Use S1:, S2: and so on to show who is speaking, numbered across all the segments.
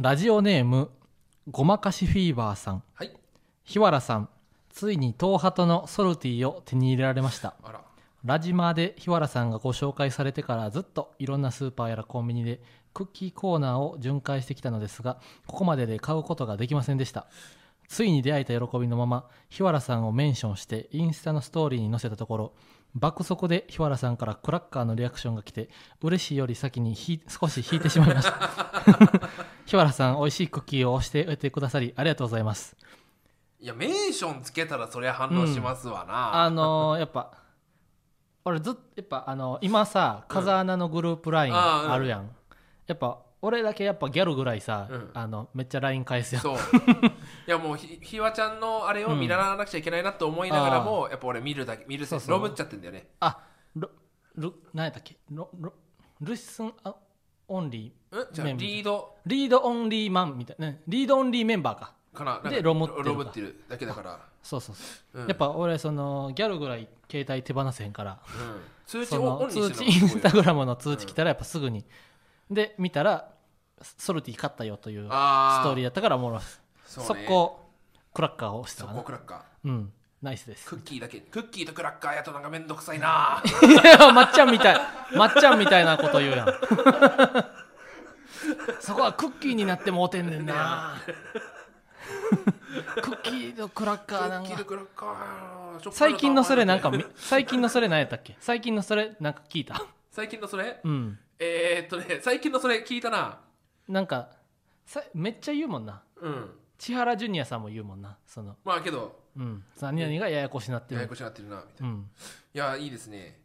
S1: ラジオネームごまかしフィーバーさん
S2: はい
S1: 日原さんついに東ハトのソルティを手に入れられました
S2: あら
S1: ラジマで日原さんがご紹介されてからずっといろんなスーパーやらコンビニでクッキーコーナーを巡回してきたのですがここまでで買うことができませんでしたついに出会えた喜びのまま日原さんをメンションしてインスタのストーリーに載せたところ爆速で日原さんからクラッカーのリアクションが来て嬉しいより先にひ少し引いてしまいました 日原さん美味しいクッキーを押しておいてくださりありがとうございます
S2: いやメンションつけたらそりゃ反応しますわな、
S1: あのーやっぱ俺ずっとやっぱあのー今さ風穴のグループ LINE
S2: あーうん
S1: あるやん、やっぱ俺だけやっぱギャルぐらいさ、
S2: うん
S1: あのめっちゃ LINE 返すやん
S2: そういやもうひひわちゃんのあれを見習わなくちゃいけないなと思いながらも、やっぱ俺見るだけ見るせ
S1: そうそう
S2: ロブっちゃってんだよね
S1: あルル何やったっけロロルシンあオンリー
S2: うんじゃあ
S1: ね
S2: リード
S1: リードオンリーマンみたいな、ね、リードオンリーメンバーか
S2: かななんか
S1: でロボってるか
S2: ロボってるだけだから、
S1: そうそうそ
S2: うん
S1: う、やっぱ俺そのギャルぐらい携帯手放せへんから
S2: うん通知
S1: そ
S2: をオ
S1: の
S2: ンに
S1: 通
S2: し
S1: 知
S2: てる
S1: イン
S2: の
S1: ス
S2: が
S1: タ
S2: すごいよ
S1: グラムの通知来たらやっぱすぐに、で見たらソルティ勝ったよという
S2: あ
S1: ストーリー
S2: ー
S1: やったからおもろいです
S2: そう
S1: 速
S2: ね
S1: 攻クラッカーを押したか
S2: 速攻
S1: な
S2: クラッカー
S1: うんナイスです
S2: クッキーだけクッキーとクラッカーやとなんかめんどくさいな
S1: いや まっちゃんみたいまっちゃんみたいなこと言うや んそこはクッキーになってもうてんねんな クッキーとクラッカ
S2: ク
S1: ーな
S2: ッ
S1: ん
S2: キー
S1: か
S2: とクラッカーちょっと
S1: 最近のそれなんかみ最近のそれ何やったっけ最近のそれなんか聞いた
S2: 最近のそれ
S1: うん
S2: えー、っとね最近のそれ聞いたな
S1: なんかさめっちゃ言うもんな
S2: うん
S1: 千原ジュニアさんも言うもんなその
S2: まあけど
S1: うん何々がややこしなって
S2: やや
S1: る
S2: こしになってるなみたいな
S1: うん
S2: いやーいいですね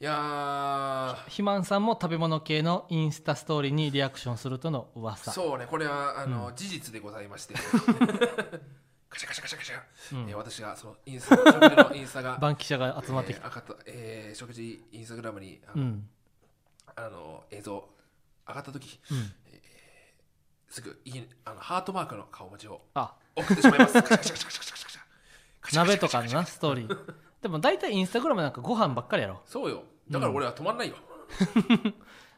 S2: いや
S1: 肥満さんも食べ物系のインスタストーリーにリアクションするとの
S2: ー
S1: 噂
S2: そうねこれはあの、事実でございましてカシャカシャカシャカシャ、
S1: うん
S2: えー私がそのインスタ食事のインスタが
S1: バンキシャが集まってきた、
S2: えー上がったえー食事インスタグラムにあ
S1: う
S2: の,、
S1: ん
S2: あの映像上がった時
S1: うん
S2: すぐいいあのハートマークの顔文字を
S1: あ
S2: 送ってしまいますカシャカシャカシャカシャカシャカシャカシャカシャカシャ
S1: 鍋とかのなストーリーでも大体インスタグラムなんかご飯ばっかりやろ
S2: そうよだから俺は止まんないよ、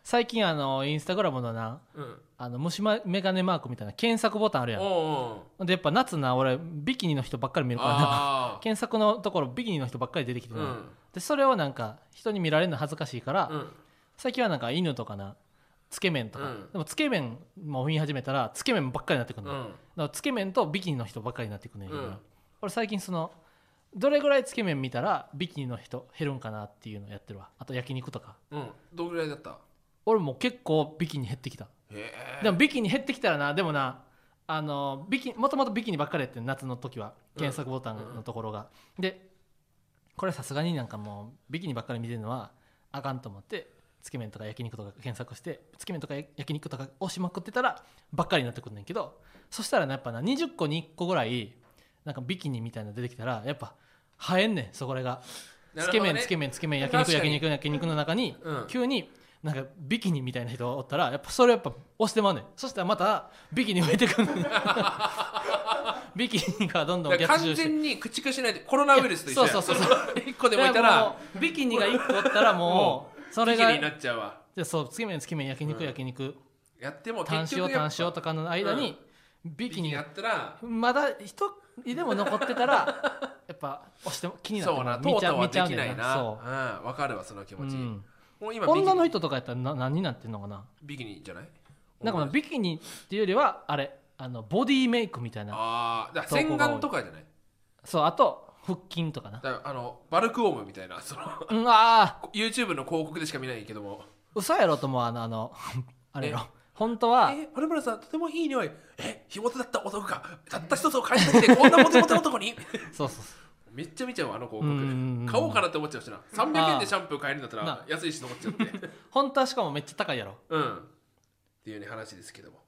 S1: 最近あのインスタグラムのな
S2: うん
S1: あの虫まメガネマークみたいな検索ボタンあるや
S2: おうんおう
S1: でやっぱ夏な俺ビキニの人ばっかり見るからな
S2: あ
S1: 検索のところビキニの人ばっかり出てき
S2: あ
S1: て
S2: う
S1: な、
S2: ん
S1: でそれをなんか人に見られるの恥ずかしいから、
S2: うん
S1: 最近はなんか犬とかなつけ麺とか、
S2: うん
S1: でもつけ麺も見始めたらつけ麺ばっかりになってくるの、
S2: う
S1: だか
S2: ん
S1: らつけ麺とビキニの人ばっかりになってくるんやけどな、
S2: うん
S1: 俺最近そのどれぐらいつけ麺見たらビキニの人減るんかなっていうのやってるわあと焼肉とか
S2: うんどんぐらいだった
S1: 俺も結構ビキニ減ってきた
S2: へえ
S1: でもビキニ減ってきたらなでもなあのビキもともとビキニばっかりやってん夏の時は検索ボタンのところが、でこれさすがになんかもうビキニばっかり見てるのはあかんと思ってつけ麺とか焼肉とか検索してつけ麺とか焼肉とか押しまくってたらばっかりになってくるんだけどそしたらなやっぱな20個に1個ぐらいなんかビキニみたいなの出てきたらやっぱ生えんねんそこらが、つけ麺つけ麺
S2: 麺
S1: つけ麺焼肉
S2: 確か
S1: 焼
S2: に
S1: 肉焼肉の中に、
S2: うん
S1: 急になんかビキニみたいな人がおったらやっぱそれやっぱ押してまうねんそしたらまたビキニ増えてく るねんビキニがどんどん
S2: だから
S1: 逆
S2: 完
S1: 襲して
S2: 全に駆逐しないでコロナウイルスと一緒や
S1: そうそうそうそう
S2: 一個でもいたら
S1: もうビキニが1個おったらもうそ
S2: そ
S1: れ
S2: れ
S1: が
S2: になっちゃうわ
S1: でそうつけ麺つけ麺焼肉焼肉
S2: やっても
S1: 単
S2: 結
S1: 塩
S2: 局や
S1: 単
S2: っぱ
S1: 塩とかの間にビ
S2: ビ
S1: キ
S2: キ
S1: ニ
S2: ニや
S1: が
S2: ったら
S1: まだ一人でも残ってた らやっぱ押しても気になって
S2: そう
S1: も
S2: な
S1: う
S2: とうとうはで
S1: ね
S2: き
S1: ん
S2: ない
S1: そ
S2: なうんわかるわその気
S1: う、う
S2: 持ち
S1: ん、
S2: もう今ビキニ
S1: 女の人とかやったらな何になってんのかな
S2: ビキニじゃない
S1: なんかまあビキニっていうよりはあれあのボディメイクみたいな
S2: ああだから
S1: 投稿
S2: 洗
S1: が多い
S2: 顔とかじゃない
S1: そうあと腹筋とかな
S2: だからあのバルクオムみたいなその
S1: うんああ
S2: YouTube の広告でしか見ないけども
S1: 嘘やろと思うあのあの あれや
S2: え
S1: ろ本当は
S2: え、丸村さん、とてもいい匂い。え、ひもとだった男が、たった一つを返してきて、こんなモテモテ男に
S1: そうそうそ
S2: めっちゃ見ちゃうわ、あの広
S1: うんうんうん
S2: 告。買おうかなって思っちゃうしな。300円
S1: あー
S2: でシャンプー買えるんだった
S1: な
S2: ら、安いしと思っちゃって。
S1: う本当はしかもめっちゃ高いやろ
S2: うん。っていうね、話ですけども。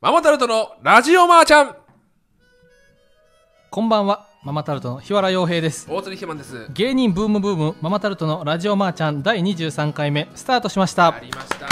S2: ママタルトのラジオマーちゃん
S1: こんばんはママタルトの日原洋平です
S2: 大鶴ひまんです。
S1: 芸人ブームブームママタルトのラジオマーちゃん第23回目スタートしました
S2: ありました。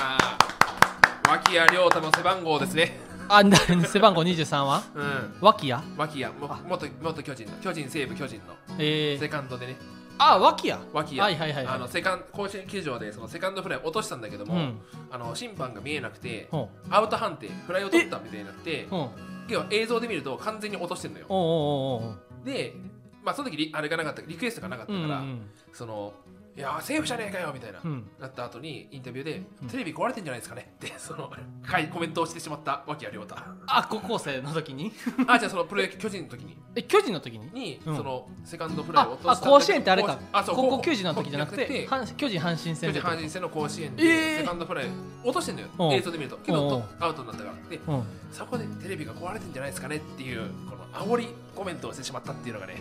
S2: 脇谷亮太の背番号ですね。
S1: あな背番号23は
S2: うん。
S1: 脇屋
S2: 脇谷、も元元巨人の、巨人西武巨人の、
S1: え
S2: セ
S1: ー、
S2: カンドでね。
S1: あ脇や
S2: 脇や、
S1: はいはいはいはい
S2: あのセカン甲子園球場でそのセカンドフライ落としたんだけども、
S1: うん
S2: あの審判が見えなくて、
S1: ほ
S2: アウト判定フライを取ったみたいになって
S1: うほう
S2: 要は映像で見ると完全に落としてんのよ
S1: おうおうおうおう
S2: でまあその時リあれがなかったリクエストがなかった
S1: うん
S2: か
S1: うん
S2: ら、その「いやーセーフじゃねえかよ」みたいな、
S1: うん
S2: なった後にインタビューで
S1: うん
S2: 「テレビ壊れてんじゃないですかね」ってそのはいコメントをしてしまった脇谷亮 太
S1: あ高校生の時に
S2: あじゃあそのプロ野球巨人の時に
S1: え巨人の時に
S2: に、
S1: うん
S2: そのセカンドフライを
S1: あ
S2: 落と
S1: あ
S2: した
S1: 甲子園ってあれか
S2: あそう
S1: 高校球児の時じゃなくて
S2: 高校
S1: 阪巨人阪神
S2: 巨
S1: 戦
S2: 人
S1: で
S2: 阪神戦の甲子園
S1: えー
S2: でセカンドフライ落としてんのよ、
S1: うん
S2: 映像で見るとけど
S1: うん
S2: とアウトになったからで
S1: うん
S2: そこでテレビが壊れてんじゃないですかねっていうこの煽りコメントをしてしまったっていうのがね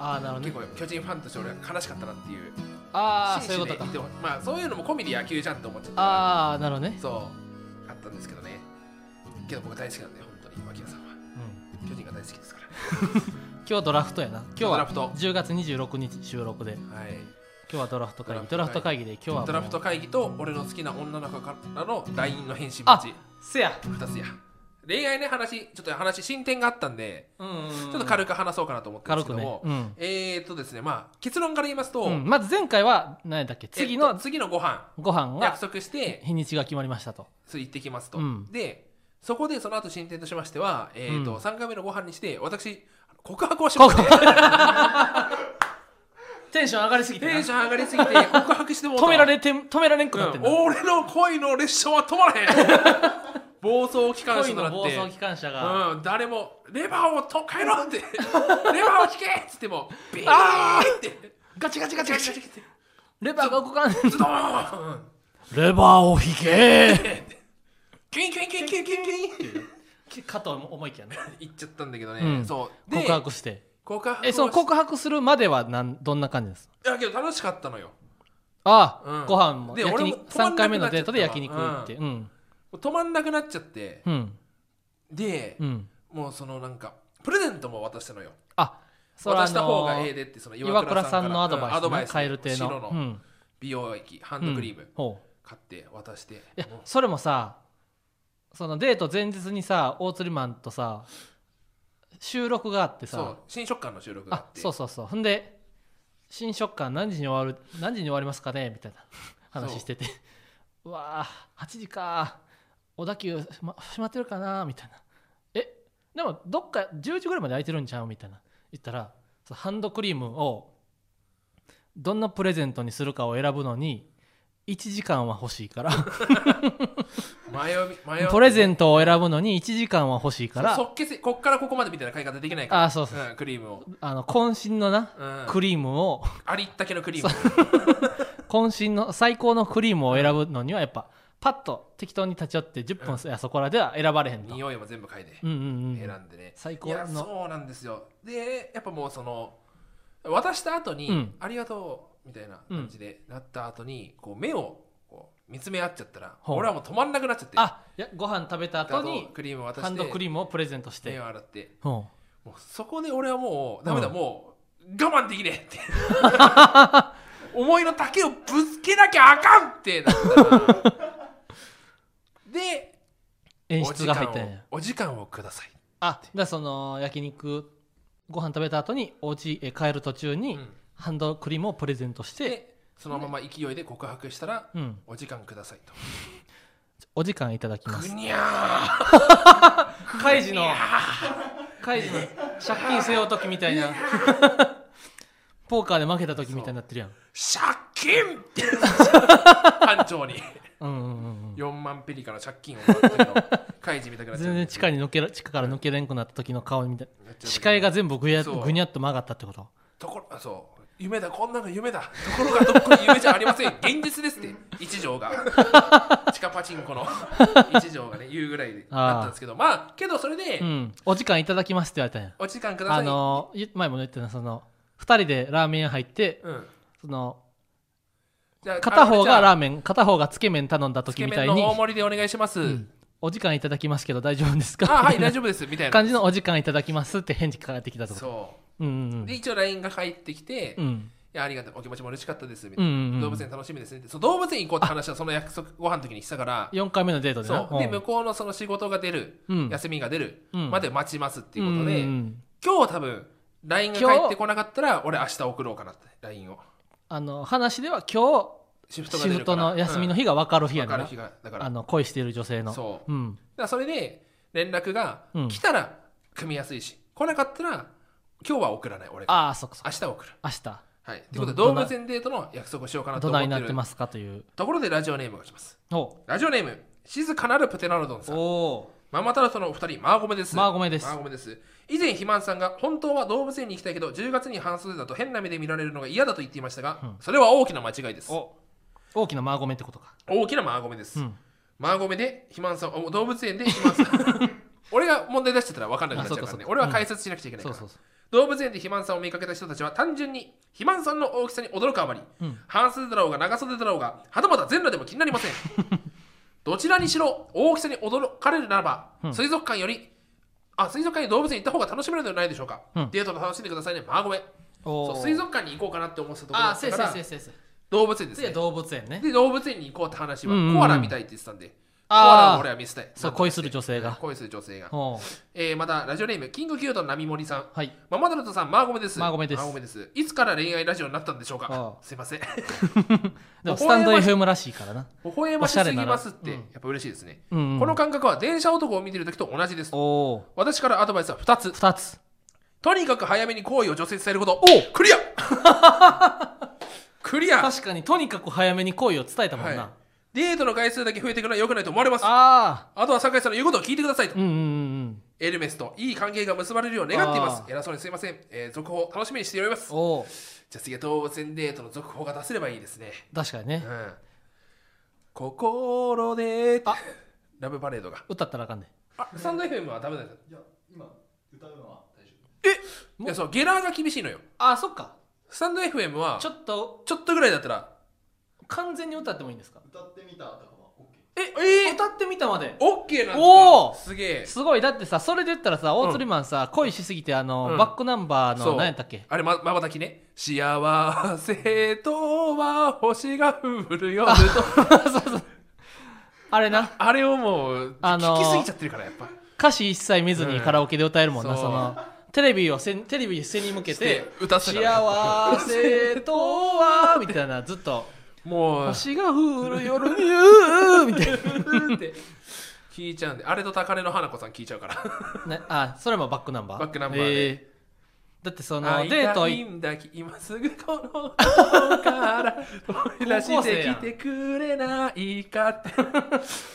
S1: ああなるほど
S2: 結
S1: ね
S2: 構巨人ファンとして俺は悲しかったなっていう
S1: ああ
S2: 真
S1: そう
S2: 摯
S1: いうこと
S2: で
S1: か
S2: 言ってもまあそういうのも込みで野球じゃんと思っちゃったから
S1: ああなるほどね
S2: そうあったんですけどねけど僕大好きなんで本当に脇田さんは
S1: うん
S2: 巨人が大好きですから
S1: 今日ドラフトやな今日
S2: ドラ
S1: は
S2: フト
S1: 10月26日収録で
S2: はい
S1: 今日はドラフト会議ド
S2: ド
S1: ラ
S2: ラ
S1: フ
S2: フ
S1: ト
S2: ト
S1: 会議で今日はもう
S2: ドラフト会議と俺の好きな女の子からの LINE の返信待ち
S1: せや
S2: 2つや恋愛ね話ちょっと話進展があったんで
S1: うんうんうん
S2: ちょっと軽く話そうかなと思ってるん
S1: 軽
S2: ですけ
S1: く
S2: ど
S1: ね
S2: も、
S1: うん
S2: えーとですねまあ結論から言いますと、
S1: うんまず前回は何だっけ次
S2: えっ
S1: の
S2: と次のご飯
S1: ご飯が
S2: 約束して
S1: 日にちが決まりましたと
S2: そう行ってきますと、
S1: うん
S2: でそこでその後進展としましては、えーと
S1: うん
S2: 3回目のご飯にして私告白をしまして
S1: テンション上がりすぎてな
S2: テンション上がりすぎて告白してもうた
S1: 止められてん止められんくなって
S2: うんん
S1: だ
S2: 俺の恋の列車は止まらへん暴走機関車
S1: 恋
S2: とな
S1: の
S2: っ
S1: 暴
S2: て
S1: 走機関車が
S2: うん、誰もレバーをと変えろって レバーを引けっつってもビーンって
S1: ガチガチガチ
S2: チ
S1: ガ
S2: ャチ
S1: チ
S2: ャチャって
S1: レバーが動かん
S2: ズドーン
S1: レバーを引け
S2: キュインキュインキュインキュインキュインキュイン
S1: かと思いきやね
S2: 行っちゃったんだけどね、
S1: うん
S2: そうで
S1: 告白して
S2: 告白
S1: えその
S2: 告
S1: 告白するまではなんどんな感じです
S2: いやけど楽しかったのよ
S1: ああ、
S2: うん
S1: ご飯も
S2: で
S1: 焼
S2: 俺
S1: 肉
S2: も止ま
S1: 3
S2: ん
S1: 回目
S2: なくなっちゃった
S1: のデートで焼肉行ってうん
S2: 止まんなくなっちゃって
S1: うん
S2: で、
S1: うん
S2: もうそのなんかプレゼントも渡したのよ
S1: あそれは
S2: 渡
S1: あ
S2: した方がええ
S1: の
S2: でってその
S1: 岩倉さんのアド
S2: からうんアド
S1: バ
S2: バ
S1: イ
S2: イ
S1: スね
S2: ス
S1: カエル亭の
S2: 白
S1: う
S2: の
S1: ん
S2: 美容液ハ
S1: ハ
S2: ンドクリーム
S1: ほう
S2: 買って渡して、
S1: いや
S2: もう
S1: それもさそのデート前日にさ大釣りマンとさ収録があって
S2: そう
S1: さ
S2: 新食感の収録があ
S1: あ
S2: って
S1: そうそうそうほんで新食感何時に終わる何時に終わりますかねみたい な話しててうわあ8時か小田急、ま、閉まってるかなみたいなえでもどっか10時ぐらいまで空いてるんちゃうみたいな言ったらそのハンドクリームをどんなプレゼントにするかを選ぶのに1時間は欲しいから
S2: 迷い迷 い
S1: プレゼントを選ぶのに1時間は欲しいから
S2: そう即決こっからここまでみたいな買い方できないから
S1: あそうそう
S2: うん、クリームを、
S1: あの渾身のな
S2: うん、
S1: クリームを
S2: ありったけのクリーム
S1: 渾身の最高のクリームを選ぶのにはやっぱパッと適当に立ち寄って10分いやそこらでは選ばれへんと
S2: 匂いも全部嗅いで
S1: うんうんう
S2: 選
S1: ん
S2: んでね、
S1: 最
S2: い
S1: 高
S2: や
S1: の
S2: そうなんですよでやっぱもうその渡した後に、
S1: うん
S2: ありがとう」みたいな感じでなった後にこう目をこう見つめ合っちゃったら、
S1: ほう
S2: 俺はもう止まんなくなっちゃって
S1: あいやご飯食べた後に
S2: あとクリームを渡
S1: ハ
S2: し
S1: ン
S2: て
S1: ドクリームをプレゼントし
S2: 目
S1: て
S2: を洗って
S1: うん
S2: もうそこで俺はもうダメだ、
S1: うん
S2: もう我慢できねえって 思いの丈をぶつけなきゃあかんってなった らで
S1: 演出が入ったんや
S2: お時間をお時間をください、
S1: あだからその焼肉ご飯食べた後にお家へ帰る途中に
S2: うん
S1: ハンドクリームをプレゼントして
S2: でそのまま勢いで告白したら、
S1: うん
S2: お時間くださいと
S1: お時間いただきます
S2: ぐにゃ
S1: カイジのカイジの借金背負う時みたいな ポーカーで負けた時みたいになってるやん
S2: ー借金って 班長に
S1: うんうんうん
S2: 4万ペリカの借金をもらった けど開示みたく
S1: う
S2: なんっちゃ
S1: 全
S2: う
S1: 然地下に抜けら地下から抜けれんくなった時の顔みたい
S2: なっちゃうんだけど
S1: 視界が全部ぐや
S2: そう
S1: ぐにゃっと曲がったってこと
S2: ところあそう夢だこんなの夢だところがどっこに夢じゃありませ ん現実ですって一条が地下パチン コの一条がね言うぐらいだったんですけどまあけどそれで、
S1: うんお時間いただきますって言われたんや
S2: お時間くださ
S1: あ
S2: い、
S1: のゆ前も言ったのその2人でラーメン屋入って
S2: うん、
S1: その
S2: じゃあ
S1: 片方が
S2: あのじゃあ
S1: ラーメン片方がつけ麺頼んだ
S2: つ
S1: 時
S2: け
S1: みた
S2: 麺
S1: いに
S2: の大盛りでお願いします、
S1: お時間いただきますけど大丈夫です
S2: あ
S1: か
S2: はい
S1: みたい
S2: 大
S1: な
S2: 丈夫ですみたいな
S1: 感じのお時間いただきますって返事返ってきたとこ
S2: そ
S1: うんうんう
S2: うんで一応 LINE が返ってきて、
S1: う
S2: い
S1: ん
S2: やありがとうお気持ちも嬉しかったですみ
S1: う
S2: たい
S1: ん
S2: な、
S1: うんうん
S2: 動物園楽しみですねってそう動物園行こうって話はその約束ご飯の時にしたから
S1: 4回目のデートでな
S2: そうで
S1: ん
S2: 向こうのその仕事が出る、
S1: うん
S2: 休みが出る
S1: うん
S2: まで待ちますっていうことで、
S1: んんん
S2: 今日多分 LINE が
S1: 今日
S2: 返ってこなかったら俺明日送ろうかなって LINE を
S1: あの話では今日
S2: シフトが
S1: シ
S2: 出
S1: フ
S2: るか
S1: ト
S2: ら
S1: の休みの日が分かる日や
S2: 分か
S1: ねん
S2: る
S1: な
S2: 日がだから
S1: あの恋している女性の、
S2: そう
S1: ん、
S2: だからそれで連絡が
S1: うん
S2: 来たら組みやすいし、来なかったら今日は送らない俺が
S1: ああそっかそっか
S2: 明日は送る
S1: 明日
S2: はいという
S1: ど
S2: ことで
S1: ど
S2: 動
S1: な
S2: 物園デートの約束をしようかなと
S1: ど
S2: 思
S1: な
S2: っ
S1: いに
S2: て
S1: なっ
S2: る
S1: てますかという
S2: ところでラジオネームが来ます
S1: お
S2: ラジオネーム静かなるプテナロドンさん
S1: お
S2: ママタルトのお二人マーゴメです
S1: マーゴメです
S2: マーゴメです以前肥満さんが本当は動物園に行きたいけど10月に半袖だと変な目で見られるのが嫌だと言っていましたが、
S1: うん
S2: それは大きな間違いです
S1: お大きなマーゴメってことか
S2: 大きなマーゴメです、
S1: うん
S2: マーゴメで肥満さんお動物園で肥満さ ん俺が問題出してたら分かんなくなっちゃうから
S1: あそうか
S2: ね
S1: そうか
S2: 俺は解説しなくちゃいけないか
S1: そう
S2: ら、
S1: そうそ
S2: 動物園で肥満さんを見かけた人たちは単純に肥満さんの大きさに驚くあまり、
S1: うん
S2: 半袖だろうが長袖だろうがはたまた全裸でも気にな りませんどちらにしろ大きさに驚かれるならば、
S1: うん
S2: 水族館よりあ水族館に動物園行った方が楽しめるのではないでしょうか、
S1: うん
S2: デートの楽しんでくださいねマーゴメ
S1: う
S2: そ
S1: お
S2: う
S1: ー
S2: 水族館に行こうかなって思ってたところ
S1: あ
S2: だ
S1: あ
S2: っ
S1: せ
S2: た
S1: い
S2: か
S1: せい
S2: ら
S1: せいせいせい
S2: 動物園です
S1: 次は
S2: ね
S1: 動物園ね
S2: で動物園に行こうって話は、
S1: うんうんうん
S2: コアラみたいって言ってたんでコアラ
S1: あー
S2: を俺は見せたい
S1: そう恋する女性が
S2: 恋する女性が、
S1: おう
S2: えーまたラジオネームキングキュートの並森さん
S1: はい
S2: ママタルトさんマーゴメです
S1: マーゴメです
S2: いつから恋愛ラジオになったんでしょうか
S1: ああ
S2: すいません
S1: でもスタンド FM らしいからな
S2: 微笑ましすぎますっ
S1: おしゃれな
S2: てや
S1: うん
S2: っぱ嬉しいですね、
S1: うんうん
S2: この感覚は電車男を見てる時と同じです
S1: おお
S2: 私からアドバイスは2つ
S1: 2つ
S2: とにかく早めに好意を女性に伝えること
S1: お
S2: クリアクリア
S1: 確かにとにかく早めに恋を伝えたもんな、
S2: はいデートの回数だけ増えていくのは良くないと思われますあ
S1: ああ
S2: とは酒井さんの言うことを聞いてくださいと、
S1: うんうんうんうん
S2: エルメスといい関係が結ばれるよう願っています
S1: あ。あ
S2: 偉そうにすいません。えー続報楽しみにしております。
S1: おお
S2: じゃあ次は動物園デートの続報が出せればいいですね。
S1: 確かに
S2: う
S1: ね
S2: ん。心で
S1: あ
S2: ラブパレードが。
S1: 歌ったらあかんで、
S2: あ、スタンド FM はダメだよ。
S3: いや、今歌うのは大丈夫。
S2: いや、そう、ゲラーが厳しいのよ。
S1: ああそっか
S2: スタンド FM は
S1: ちょっと
S2: ちょっとぐらいだったら、
S1: 完全に歌ってもいいんですか
S3: 歌ってみたとかは OK。
S2: え、えー、
S1: 歌ってみたまで
S2: オッケーなんですか
S1: おー
S2: すげえ。
S1: すごいだってさそれで言ったらさ大釣りマンさ、恋しすぎてあの、
S2: うん
S1: バックナンバー
S2: そう
S1: の何やったっけ
S2: あれ、ま、まばたきね。幸せとは星が降る夜と。
S1: あれな
S2: あれをもう、
S1: あのー
S2: 聞きすぎちゃってるから、やっぱ。
S1: 歌詞一切見ずにカラオケで歌えるもんな、
S2: うん
S1: そのテレビをせんテレビ背に向け
S2: して
S1: て
S2: 歌ってたから
S1: 幸せとはみたいなずっと
S2: もう、
S1: 星が降る夜にうーみたい な
S2: って聞いちゃうんであれと高根の花子さん聞いちゃうから
S1: ね、あそれもバックナンバー
S2: バックナンバーで
S1: えーだってそ
S2: 会
S1: の
S2: い
S1: デート
S2: たい
S1: い
S2: んだ今すぐこの子から飛び出してきてくれないかって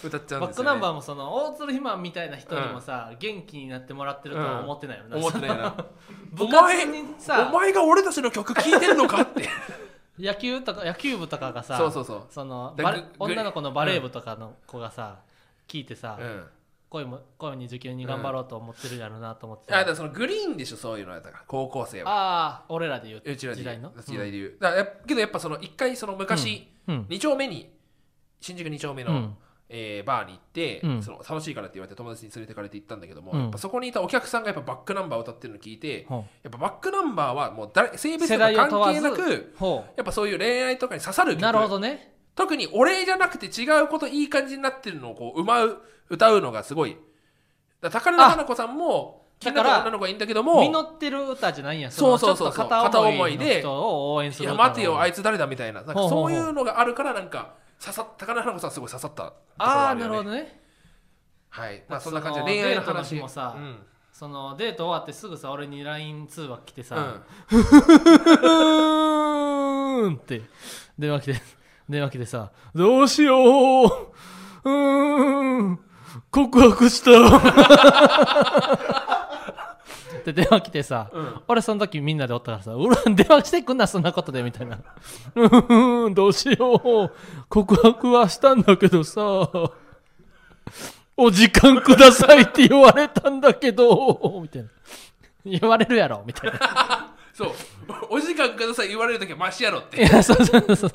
S2: 歌っちゃうん
S1: バッ
S2: ですよ、ね、
S1: クナンバーもその大鶴ひまみたいな人にもさ、元気になってもらってるとは思ってないよな、
S2: 思ってないな
S1: 部活にさ
S2: お前が俺たちの曲聴いてるのかって
S1: 野球とか野球部とかがさ
S2: そうそうそう
S1: その
S2: だ
S1: バレ
S2: ぐぐ
S1: 女の子のバレー部とかの子がさ、聞いてさ、
S2: うん
S1: 恋も恋に受験に頑張ろうと思ってるやろうなと思って
S2: あ
S1: た、
S2: だからそのグリーンでしょそういうのやったから高校生は
S1: ああ俺らで言う
S2: うちらで
S1: 時代の
S2: 時代で言う、だからやっぱけどやっぱその一回その昔、
S1: うんうん
S2: 二丁目に新宿2丁目の、
S1: うん
S2: えーバーに行って、
S1: うん
S2: その楽しいからって言われて友達に連れてかれて行ったんだけども、
S1: うん
S2: やっぱそこにいたお客さんがやっぱバックナンバーを歌ってるのを聞いて、
S1: ほう
S2: やっぱバックナンバーはもう誰性別
S1: 世
S2: とか
S1: 代を
S2: 関
S1: 問わ
S2: 係
S1: ず
S2: なく
S1: ほ
S2: やっぱそういう恋愛とかに刺さる
S1: う
S2: 曲
S1: なるほどね
S2: 特にお礼じゃなくて違うこといい感じになってるのをこううまう歌うのがすごいだから高嶺花子さんも気になる
S1: だから
S2: 女の子がいいんだけども
S1: 実ってる歌じゃないんや
S2: そうそう
S1: のちょっと
S2: そうそう
S1: 片思
S2: 片思い
S1: い
S2: で
S1: の人を応援す
S2: い
S1: る
S2: や
S1: 歌の
S2: 待てよあいつ誰だみたいななん
S1: ほ
S2: か
S1: うほう
S2: そ
S1: ほう
S2: ういうのがあるからなんか刺さっ高野花子さんすごい刺さったところ
S1: ああ
S2: る
S1: な
S2: よ
S1: る
S2: ね
S1: ほどね
S2: はいまあそ
S1: そ
S2: ん
S1: の
S2: な感じで恋愛の
S1: デ
S2: 話
S1: ートの日もさ
S2: うん
S1: そのデート終わってすぐさ俺に LINE 通話来て
S2: う
S1: さ
S2: ん
S1: 「うーん」って電話来て電話来てさ「どうしよううーん告白した」って電話来てさ、俺その時みんなでおったからさ「うら電話してくんなそんなことで」みたいな「うーんどうしよう告白はしたんだけどさ」お時間くださいって言われたんだけど、みたいな。言われるやろ、みたいな。
S2: そう お時間ください言われる時はマシやろっ
S1: い
S2: て
S1: や、そうそうそう。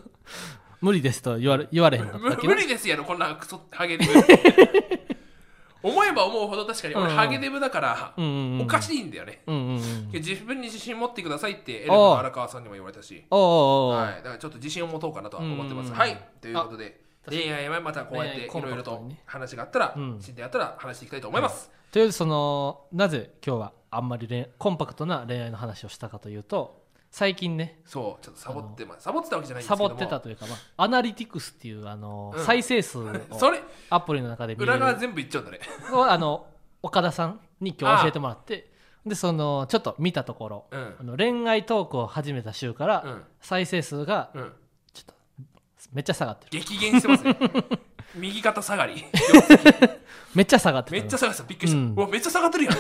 S1: 無理ですと言われ言われへんかった
S2: 無
S1: だけ
S2: 無
S1: な
S2: 理ですやろこんなクソハゲデブ思えば思うほど確かに俺
S1: うん
S2: ハゲデブだから
S1: うんうんうん
S2: おかしいんだよね
S1: うんうんうん。
S2: 自分に自信持ってくださいってエレブの荒川さんにも言われたし
S1: おうおうおう
S2: はいだからちょっと自信を持とうかなとは思ってま
S1: うん
S2: す
S1: うん
S2: はいということで恋愛はまたこうやって
S1: 恋愛
S2: い
S1: コン
S2: ろ
S1: パ
S2: い
S1: ク
S2: ろ
S1: トに
S2: と
S1: ね
S2: 話があったら、
S1: うん
S2: 進展あったら話していきたいと思います。
S1: というそのなぜ今日はあんまり恋コンパクトな恋愛の話をしたかというと最近ね
S2: そう、ちょっとサボってます。サボってたわけじゃないんです
S1: サ
S2: け
S1: ボ
S2: ども。
S1: ってたというか、まあ、アナリティクスっていうあの、
S2: うん
S1: 再生数を
S2: それ、
S1: アプリの中で見れ
S2: 裏
S1: る
S2: 側全部言っちゃうんだね。
S1: をあの岡田さんに今日教えてもらってでそのちょっと見たところ、
S2: うん。
S1: あの恋愛トークを始めた週から、
S2: うん。
S1: 再生数が
S2: うん。
S1: ちょっとめっちゃ下がってる
S2: 激減してますね。 右肩下がり。
S1: めっちゃ下がって
S2: め
S1: る
S2: っちゃ下がってた。びっくりした。
S1: う
S2: うんわ、めっちゃ下がってるやん。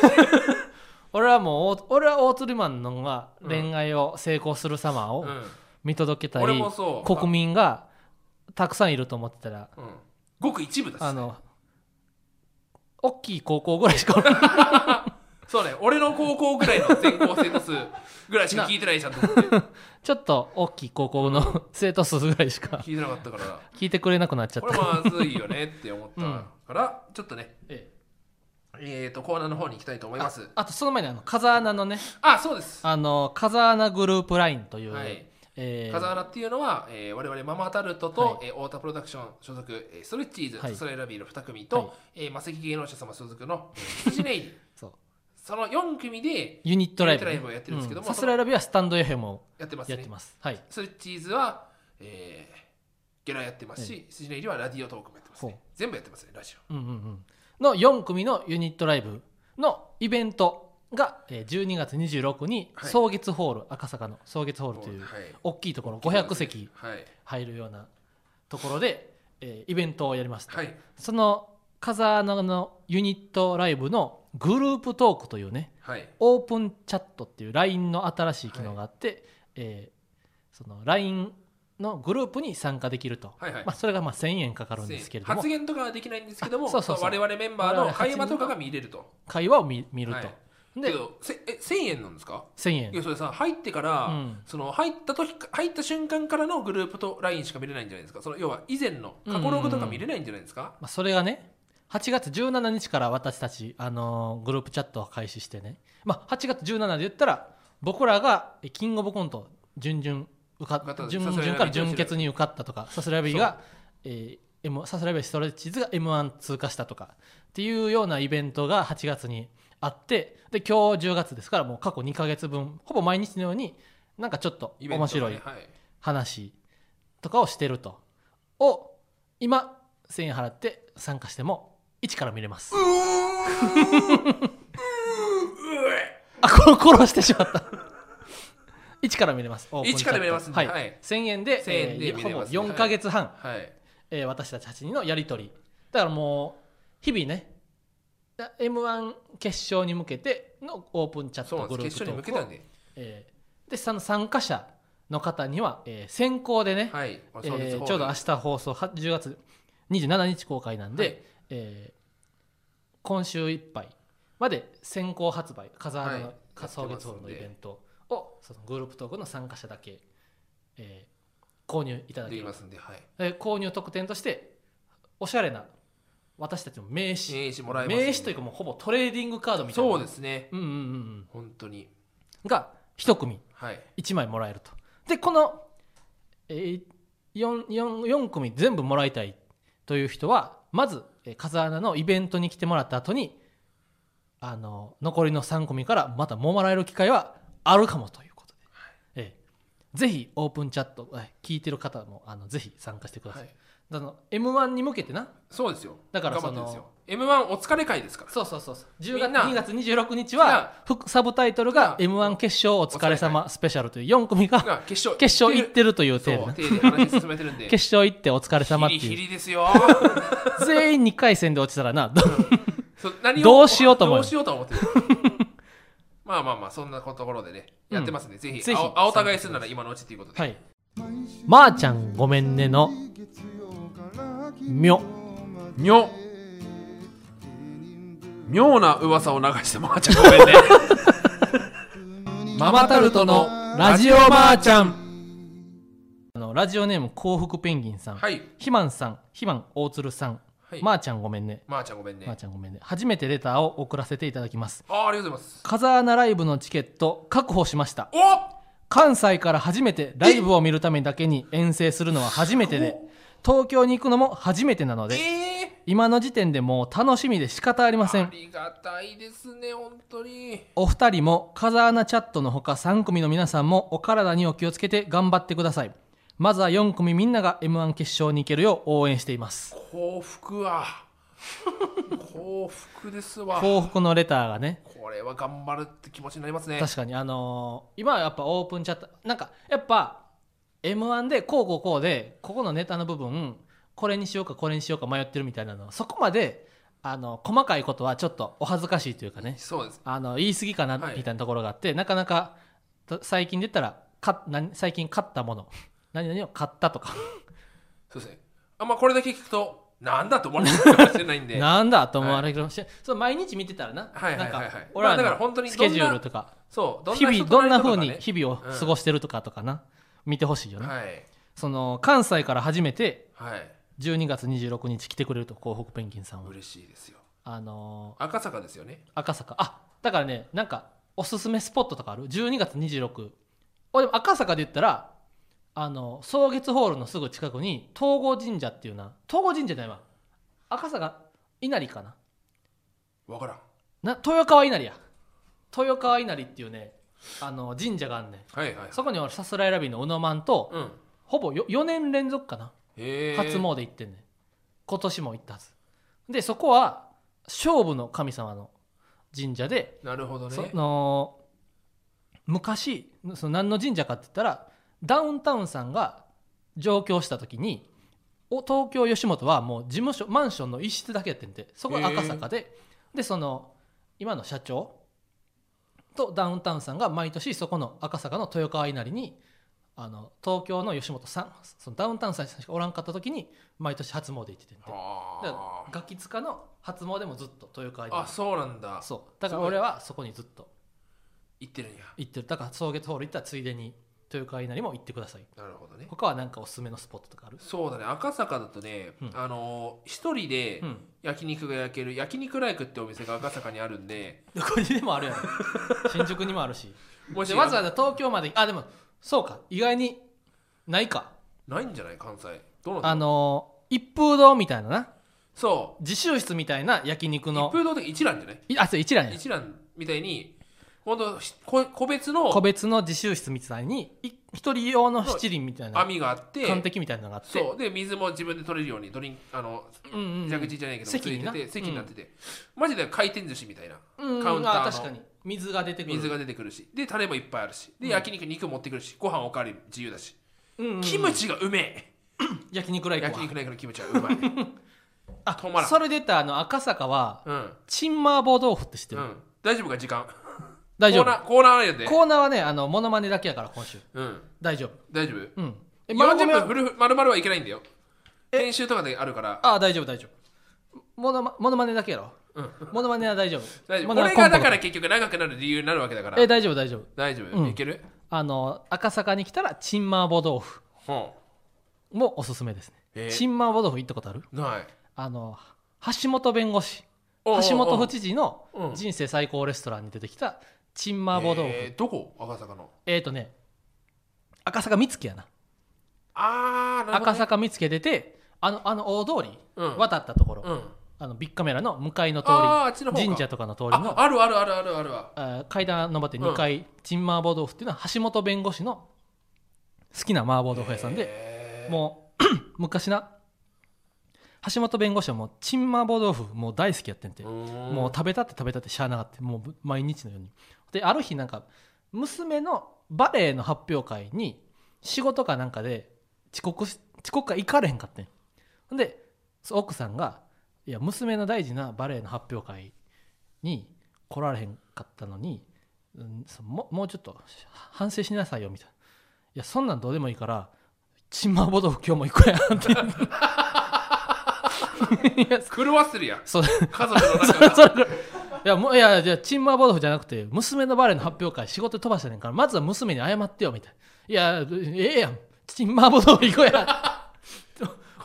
S1: 俺はもう大俺は大鶴マンのが恋愛を成功する様を
S2: うん。
S1: 見届けたり、
S2: 俺もそう。
S1: 国民がたくさんいると思ってたら
S2: うん。ごく一部だ
S1: あ
S2: し。
S1: の大きい高校ぐらいしかお らん
S2: そうね。俺の高校ぐらいの全校生徒数ぐらいしか聞いてないじゃんと思って。
S1: ちょっと大きい高校の 生徒数ぐらいしか
S2: 聞いてなかったから。
S1: 聞いてくれなくなっちゃっ
S2: こ
S1: た
S2: れまずいよねって思ったから、ちょっとね、
S1: ええ
S2: えーと、コーナーの方に行きたいと思います。
S1: あとその前にあの風穴のね
S2: あ、そうです。
S1: あの風穴グループラインという、
S2: はい。
S1: えー
S2: 風穴っていうのは、えー、我々ママタルトと、
S1: は
S2: えー太田プロダクション所属、えーストレッチーズ、
S1: はい
S2: ストライラビーの2組
S1: はい
S2: と、えーマセキ芸能者様所属のえー羊ネイリ
S1: そう
S2: その4組で
S1: ユニットライブね、
S2: ユニットライブをやってるんですけども
S1: うさすらいラビはスタンド FM を
S2: やってます
S1: や
S2: ね。
S1: ってますはい
S2: ストレッチーズは、えーゲラやってますし、羊ネイリはラジオトークもやってます、ね
S1: ほ。
S2: 全部やってますね、ラジオ。
S1: うんうんうん、の4組のユニットライブのイベントがえー12月26日に
S2: はい
S1: 草月ホール、赤坂の草月ホールという
S2: はい
S1: 大きいところ500席
S2: はい。
S1: 入るようなところで、えーイベントをやりますと、
S2: はい。
S1: その風穴のユニットライブのグループトークというね
S2: はい。
S1: オープンチャットっていう LINE の新しい機能があって、えーその LINE のグループに参加できると、
S2: はいはい
S1: まあ、それがまあ1000円かかるんですけれども
S2: 発言とかはできないんですけども、
S1: あそうそうそう
S2: まあ我々メンバーの会話とかが見れると。
S1: 会話を見見ると、
S2: はいけ
S1: で
S2: どせえ1000円なんですか
S1: 1000
S2: いや
S1: 円
S2: それさ入ってから、
S1: うん
S2: その入った時か入った瞬間からのグループとラインしか見れないんじゃないですかその要は以前の過去ログとか見れないんじゃないですか、
S1: まあ、それがね8月17日から私たち、あのーグループチャットを開始してね、まあ、8月17で言ったら僕らがえキングオブコント準々受か
S2: 受かった
S1: 準
S2: サスライ
S1: 々
S2: ラ
S1: から
S2: ビーどうしてる
S1: 準決に受かったとかサスライビーが、えー M、サスライビーストレッチーズが m 1通過したとかっていうようなイベントが8月にあってで今日10月ですからもう過去2か月分ほぼ毎日のようになんかちょっと
S2: イベント
S1: 面白い
S2: とかね
S1: 話とかをしてるとを今1000円払って参加しても一から見れますあこれ殺してしまった 一から見れますオープンチャット
S2: 一から見れますんで
S1: はい、
S2: はい
S1: 1000円で
S2: 1000円で
S1: えー
S2: 見れます
S1: ほぼ4か月半、
S2: は い、はい、
S1: えー私たち8人のやり取りだからもう日々ね m 1決勝に向けてのオープンチャッ
S2: そうな
S1: ト
S2: んで
S1: グ
S2: す
S1: ルー
S2: 決
S1: プ
S2: 勝
S1: ト
S2: に
S1: ー
S2: 向け
S1: クを
S2: たんで
S1: えーでその参加者の方には、えー先行でね、
S2: はい、この
S1: えー
S2: 小説ホール
S1: ちょうど明日放送は10月27日公開なんで、
S2: はい
S1: えー今週いっぱいまで先行発売風
S2: は
S1: 穴
S2: い
S1: の仮想月ホールのイベントをそのグループトークの参加者だけ、えー購入いただ
S2: で
S1: け
S2: き
S1: る
S2: ますんではい
S1: えー購入特典としておしゃれな私たちの名刺
S2: 名刺もらえますんで
S1: 名刺というかもうほぼトレーディングカードみたいな
S2: そうですね
S1: うんうんうんうん
S2: 本当に
S1: が一組
S2: はい
S1: 1枚もらえるとでこの、え 4, 組全部もらいたいという人はまず、えー風穴のイベントに来てもらった後にあの残りの3組からまたももらえる機会はあるかもということで、えーぜひオープンチャット、えー聞いてる方もあのぜひ参加してくださ、
S2: はいい
S1: あの m 1に向けてな
S2: そうですよ
S1: だから
S2: 頑張
S1: その
S2: ってですよ M1 お疲れ会ですから
S1: そうそうそうそう10
S2: み
S1: 月
S2: んな
S1: 2月26日
S2: じ
S1: は
S2: ゃ
S1: 副サブタイトルが「
S2: じゃ
S1: m 1決勝お疲れ様スペシャル」という4組 が
S2: が決勝
S1: 決勝行ってるという
S2: そ
S1: テーマ
S2: う手で話進めてるんで
S1: 決勝行ってお疲れ様って
S2: ヒリヒ
S1: いう
S2: リで すよ
S1: 全員2回戦で落ちたら な
S2: そう何を
S1: どうしようと思う
S2: どうしようと思ってる まあまあまあそんなところでね
S1: うん
S2: やってますんでぜひ
S1: ぜひ
S2: あおあお互いするなら今のうちということで
S1: はい「まー、ちゃんごめんね」の妙
S2: にょ妙な噂を流してまーちゃんごめんねママタルトのラジオまーちゃん
S1: あのラジオネーム幸福ペンギンさん、
S2: はい
S1: ひまんさんひまん大鶴さん、
S2: はい
S1: まー、ちゃんごめんね
S2: まーちゃんごめんね
S1: まー、ちゃんごめんね初めてレターを送らせていただきます
S2: あーありがとうございます
S1: 風穴ライブのチケット確保しました
S2: お
S1: 関西から初めてライブを見るためだけに遠征するのは初めてで東京に行くのも初めてなの
S2: え
S1: で
S2: ー
S1: 今の時点でもう楽しみで仕方ありませ
S2: あ
S1: ん
S2: りがたいですね、本当に。
S1: お二人も風穴チャットのほか3組の皆さんもお体にお気をつけて頑張ってくださいまずは4組みんなが m 1決勝に行けるよう応援しています
S2: 幸福は。幸福ですわ。
S1: 幸福のレターがね
S2: これは頑張るって気持ちになりますね。
S1: 確かにあのー今はやっぱオープンチャットなんかやっぱ m 1でこうこうこうでここのネタの部分これにしようかこれにしようか迷ってるみたいなのそこまであの細かいことはちょっとお恥ずかしいというかね
S2: そうです。
S1: あの言い過ぎかな
S2: はい
S1: みたいなところがあって、なかなかと最近で言ったらか何最近買ったもの 何々を買ったとか、
S2: そうですね。あんまこれだけ聞くと、なんだと思われてるかもしれないんで。
S1: なんだと思われるかもしれない、そう毎日見てたらな,、
S2: はいはいはいはい
S1: なんか俺ら
S2: まあだから本当
S1: の
S2: に
S1: ス
S2: どんな
S1: ケジュールとか
S2: そう、どん
S1: 日
S2: な
S1: 々
S2: 人
S1: ど
S2: と
S1: ん
S2: な
S1: な
S2: りと
S1: 風
S2: か
S1: に
S2: ね。
S1: 日々を
S2: うん
S1: 過ごしてるとかとかな、見てほしいよね、
S2: はい。
S1: その関西から初めて
S2: はい。
S1: 12月26日来てくれると広北ペンギンさんは
S2: 嬉しいですよ。
S1: あのー
S2: 赤坂ですよね。
S1: 赤坂あだからねなんかおすすめスポットとかある12月26俺でも赤坂で言ったらあの草月ホールのすぐ近くに東郷神社っていうな東郷神社じゃないわ赤坂稲荷かな
S2: わからん。
S1: な豊川稲荷や豊川稲荷っていうねあの神社があんねん
S2: はいはい。
S1: そこに俺さすらい選びの宇野マンと
S2: うん。
S1: ほぼよ4年連続かな
S2: へえ。
S1: 初詣行ってんねん今年も行ったはずでそこは勝負の神様の神社で
S2: なるほど
S1: そ
S2: ね。
S1: の昔その何の神社かって言ったらダウンタウンさんが上京した時にお東京吉本はもう事務所マンションの一室だけやってんてそこが赤坂で、でその今の社長とダウンタウンさんが毎年そこの赤坂の豊川稲荷にあの東京の吉本さんそのダウンタウンさんしかおらんかった時に毎年初詣行っててんてだ
S2: は
S1: からガキ使の初詣もずっと豊川
S2: あ。あ、
S1: 稲
S2: そうなんだ
S1: 荷。そうだから俺はそこにずっと
S2: 言ってるんや。
S1: 行ってるだから草月ホール行ったらついでに豊川稲荷も行ってください
S2: なるほどね。
S1: 他は何かおすすめのスポットとかある
S2: そうだね赤坂だとね、
S1: うん
S2: あのー一人で
S1: うん
S2: 焼肉が焼ける焼肉ライクってお店が赤坂にあるんで
S1: どこにでもあるや ろ新宿にもあるし
S2: もし
S1: でわざわざ東京まであでもそうか意外にないか
S2: ないんじゃない関西どうなんだろう
S1: あのー一風堂みたいなな
S2: そ
S1: 自習室みたいな焼肉
S2: う一
S1: の
S2: 風堂的一覧じゃない
S1: いあそう一覧や
S2: 一覧みたいに本当こ個別の
S1: 個別の自習室みたいにい一人用の七輪みたいな
S2: 網があって
S1: 完璧みたいなのがあって
S2: そうで水も自分で取れるようにドリンあの
S1: うんうんうん
S2: 蛇口じゃないけどつい
S1: 席
S2: て
S1: にな
S2: て席になってて、マジで回転寿司みたいな
S1: うんうん
S2: カウンターの
S1: あ確かに水が出てくる
S2: 水が出てくるしでタレもいっぱいあるし
S1: う
S2: で
S1: ん
S2: 焼肉肉持ってくるしご飯おかわり自由だし、
S1: うんうんうん
S2: キムチがうめえ
S1: 焼肉ライクは
S2: 焼肉ライクのキムチはうまい。
S1: あ
S2: 止まらん
S1: それで言ったらあの赤坂は
S2: うん。
S1: チンマーボー豆腐って知って
S2: う
S1: る、
S2: ん。大丈夫か時間。
S1: 大丈夫
S2: コーナーコーナーあるやで。
S1: コーナーはねあのモノマネだけやから今週
S2: うん。
S1: 大丈夫
S2: 大丈夫。
S1: うんえ丸
S2: 40
S1: 亀
S2: 分
S1: は
S2: フルまるまるはいけないんだよ。
S1: え
S2: 編集とかであるから。
S1: ああ大丈夫大丈夫モノマモノマネだけやろ
S2: うん。
S1: モノマネは 大丈夫
S2: 大丈夫。
S1: モ
S2: こ
S1: ノマ
S2: れ
S1: ネ
S2: が
S1: はコンパ
S2: だ
S1: クト
S2: から結局長くなる理由になるわけだから
S1: え。大丈夫大丈夫
S2: 大丈
S1: う
S2: 夫。
S1: ん
S2: いける？
S1: あの赤坂に来たらチンマーボー豆腐
S2: ほ
S1: もおすすめですね、
S2: う。えー
S1: チンマーボー豆腐行ったことある
S2: ない。
S1: あの橋本弁護士
S2: おうおうおう
S1: 橋本府知事の
S2: うん
S1: 人生最高レストランに出てきたチンマーボー豆腐
S2: えーどこ？赤坂の。
S1: えっ、ー、とね赤坂見附やな
S2: ああ、なるほど
S1: 赤
S2: ね。
S1: 坂見附出てあのあの大通り、
S2: うん
S1: 渡ったところ、
S2: うん。
S1: あのビッグカメラの向かいの通
S2: あーあっちの方
S1: り
S2: か
S1: 神社とかの通り
S2: あ
S1: の
S2: あるあるあるあるあるわ。
S1: あー階段登って2階、チンマーボー豆腐っていうのは橋本弁護士の好きな麻婆豆腐屋さんで、
S2: でう。
S1: もう 昔な橋本弁護士はもうチンマーボー豆腐もう大好きやってんて、も
S2: も
S1: う食べたって食べたってしゃあなかったもう毎日のようにである日なんか娘のバレエの発表会に仕事かなんかで遅刻し遅刻か行かれへんかってんほんでそ奥さんが「いや娘の大事なバレエの発表会に来られへんかったのに、うん、そももうちょっと反省しなさいよ」みたいな「いやそんなんどうでもいいからチンマーボー豆腐今日も行こうや」って言っていや
S2: う狂わせるやん。
S1: そう
S2: 家族の中 が。
S1: それぐらいいやもういやいやチンマーボードフじゃなくて娘のバレエの発表会仕事飛ばしたねんからまずは娘に謝ってよみたいないやええやんチンマーボードフ行こうや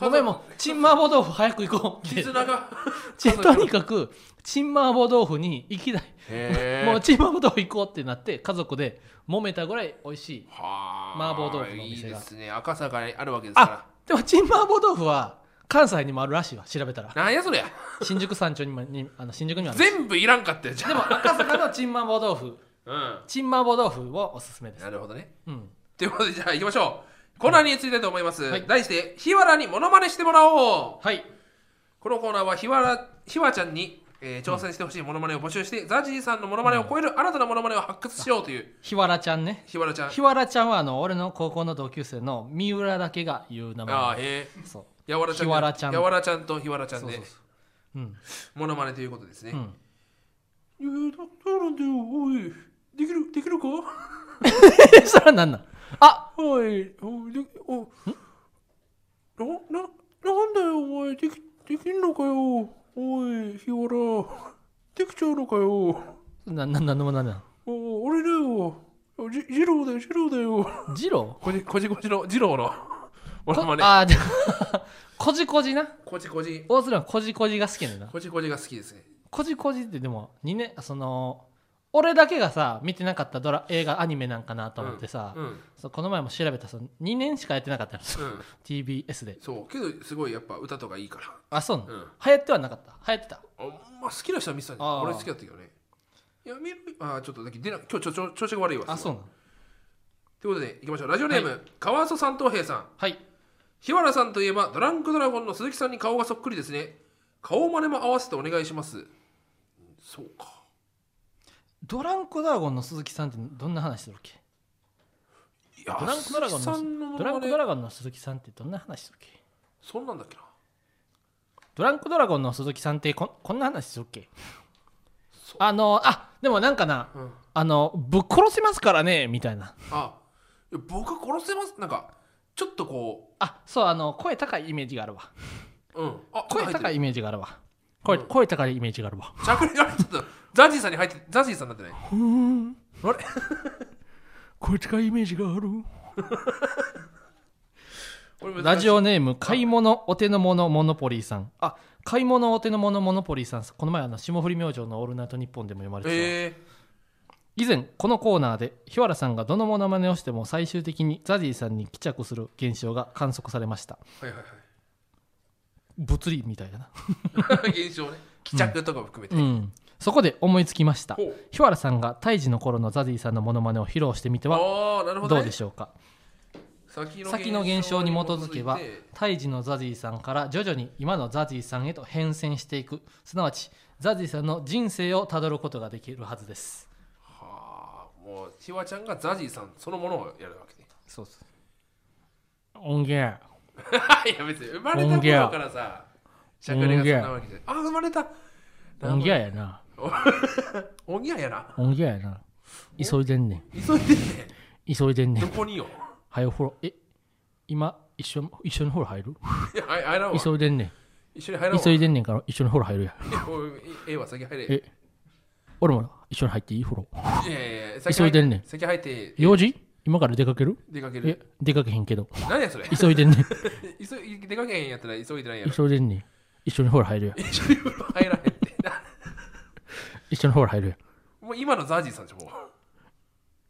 S1: お前もチンマーボードフ早く行こうって
S2: 絆が。
S1: ちとにかくチンマーボードフに行きたい、
S2: へ ー
S1: もうチンマーボードフ行こうってなって家族で揉めたぐらい美味しい
S2: はあ
S1: 麻婆豆腐のお店が
S2: いいですね赤坂にあるわけです
S1: あ
S2: か
S1: でもチンマーボー豆腐は関西にもあるらしいわ調べたら
S2: なんやそれや
S1: 新宿三丁にもにあの新宿にはある
S2: 全部いらんかったよじゃあ
S1: でも赤坂のチンマーボー豆腐
S2: う
S1: チンマーボー豆腐をおすすめで
S2: ん
S1: す
S2: なるほどね
S1: うん
S2: ということでじゃあ行きましょうコーナーに移りたいと思います、
S1: はい
S2: 題して「日原にモノマネしてもらおう
S1: はい」
S2: このコーナーは日原ひわちゃんに、えー挑戦してほしいモノマネを募集して、ザジーさんのモノマネを超える新たなモノマネを発掘しようという
S1: 日原ちゃんね
S2: 日原ちゃん
S1: 日原ちゃんはあの俺の高校の同級生の三浦だけが言う名
S2: ああ
S1: 前
S2: へえ
S1: そ
S2: やわらちゃん
S1: ひわらちゃん
S2: やわらちゃんとひわらちゃん
S1: そう
S2: で
S1: そうそうんうん
S2: モノマネということですね、
S1: う
S2: いや
S1: ん
S2: どどうなんだよおいできるできるか
S1: えそれは何なんあ
S2: おいおいでおなななんだよお前できできんのかよおいひわらできちゃうのかよ
S1: なななんでもなんなん
S2: お俺だよじ二郎だよ二郎だよ
S1: ジロ
S2: こじこじこじの二郎のモ
S1: ー
S2: ノマネ
S1: ああじゃあこじこじな
S2: こじこじ
S1: 大津らこじこじが好きなんだ
S2: こじこじが好きですね
S1: こじこじってでも2年その俺だけがさ見てなかったドラ映画アニメなんかなと思ってさ、
S2: うんうん
S1: そうこの前も調べたその2年しかやってなかったの、TBS で
S2: そうけどすごいやっぱ歌とかいいから
S1: あそうなの、
S2: うん
S1: 流行ってはなかった流行ってた
S2: あまあ、好きな人は見てたんじゃ
S1: あ
S2: ん
S1: ー
S2: 俺好きだったけどねいや見るあーちょっとだけ出な今日ちょちょ調子が悪いわ
S1: あそうな
S2: と
S1: の
S2: いうことでいきましょうラジオネーム、
S1: は
S2: 川曽三等平さん
S1: はい
S2: 日原さんといえばドランクドラゴンの鈴木さんに顔がそっくりですね顔真似も合わせてお願いしますそうか
S1: ドランコドラゴンの鈴木さんってどんな話するっけ
S2: いや
S1: ドランコドラゴン
S2: 鈴木さんの
S1: の
S2: も
S1: ドラ
S2: の
S1: ンコ
S2: まね
S1: ドラゴンの鈴木さんってどんな話するっけ
S2: そんなんだっけな
S1: ドランコドラゴンの鈴木さんってこんこんな話するっけ
S2: そう
S1: あのあでもなんかな、
S2: うん
S1: あのぶっ殺しますからねみたいな
S2: あいや僕殺せますなんかちょっとこ
S1: あそうあの声高いイメージがあるわ
S2: ううんあ
S1: 声高い
S2: い
S1: イメージがあるわ声,、
S2: うん
S1: 声高いイメージがあるわ
S2: 着陸がちょっとザジーさんに入ってザジーさんになってないあれ
S1: 声高いイメージがある
S2: これ難しい
S1: ラジオネーム買い物お手の物モノポリーさんあ買い物お手の物モノポリーさんこの前あの霜降り明星の「オールナイトニッポン」でも読まれてた、
S2: えー、
S1: 以前このコーナーで日原さんがどのモノマネをしても最終的にザジーさんに帰着する現象が観測されました
S2: はいはい
S1: 物理みたいだな、
S2: はい 現象ね帰着とかも含めて、
S1: うん、そこで思いつきました
S2: ほう
S1: 日原さんが胎児の頃のザジーさんのモノマネを披露してみては
S2: ああなるほ
S1: ど
S2: ど,、ね、
S1: うでしょうか
S2: 先
S1: 先の現象に基づけば
S2: 基づいて
S1: 胎児のザジーさんから徐々に今のザジーさんへと変遷していくすなわちザジーさんの人生をたどることができるはずです
S2: はあもうひわちゃんがザジーさんそのものをやるわけね
S1: そうです音源
S2: いや別に生まれた頃からさしゃくれがそんなわけじゃないあー生まれた
S1: 音源やな
S2: おぎゃやな
S1: 音源やな急いでんね
S2: 急いでね
S1: ん急いでんね
S2: ど
S1: ん
S2: こによ
S1: 早お風呂え今一緒一緒に風呂入る
S2: いや入入らんわ
S1: 急いでんね
S2: 一緒に入らん
S1: ん
S2: わ
S1: 急いでんねんから一緒に風呂入るや
S2: いやおいええわ先入れ
S1: え俺も一緒に入っていい風呂
S2: いやいや先
S1: 急
S2: 入
S1: いでんねん
S2: 先入って
S1: 用事今から出かける
S2: 出かけ
S1: え
S2: る
S1: 出かけへんけど
S2: 何 やそれ
S1: 急いでんねん
S2: 急い出かけへんやったら急いでないやろ
S1: 急いでんねん一緒に風呂入るや
S2: 一緒に風呂入らへんってな
S1: 一緒に風呂入るや
S2: もう今のザジーさんじゃんもう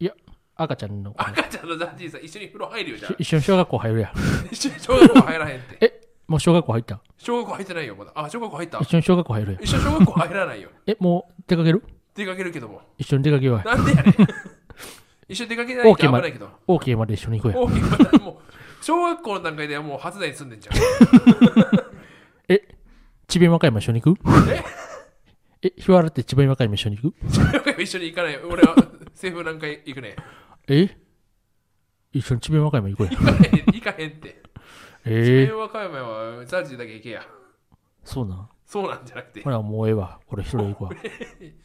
S1: いや赤ちゃんの
S2: 赤ちゃんのザジーさん一緒に風呂入るよじゃん
S1: 一緒に小学校入るや
S2: 一緒に小学校入らへんって
S1: えもう小学校入った
S2: 小学校入ってないよまだあ小学校入った
S1: 一緒に小学校入るや
S2: 一緒に小学校入らないよ
S1: えもう出かける
S2: 出かけるけども
S1: 一緒に出かけようや
S2: なんでやねん一緒に出かけないと危ないけど
S1: OK まで一緒に行こうや
S2: 大きくなったもう小学校の段階ではもう初代に住んでんじゃん
S1: え智弁和歌山一緒に行くえ日原って智弁和歌山一緒に行く
S2: 小学校一緒に行かない俺は政府何回行くね
S1: え一緒に智弁和歌山行こうや
S2: 行かへん行かへんって
S1: え
S2: 平
S1: ー、
S2: 和和山はザジーだけ行けや
S1: そうなん
S2: そうなんじゃなく て
S1: ほらもうええわ俺一人で行くわ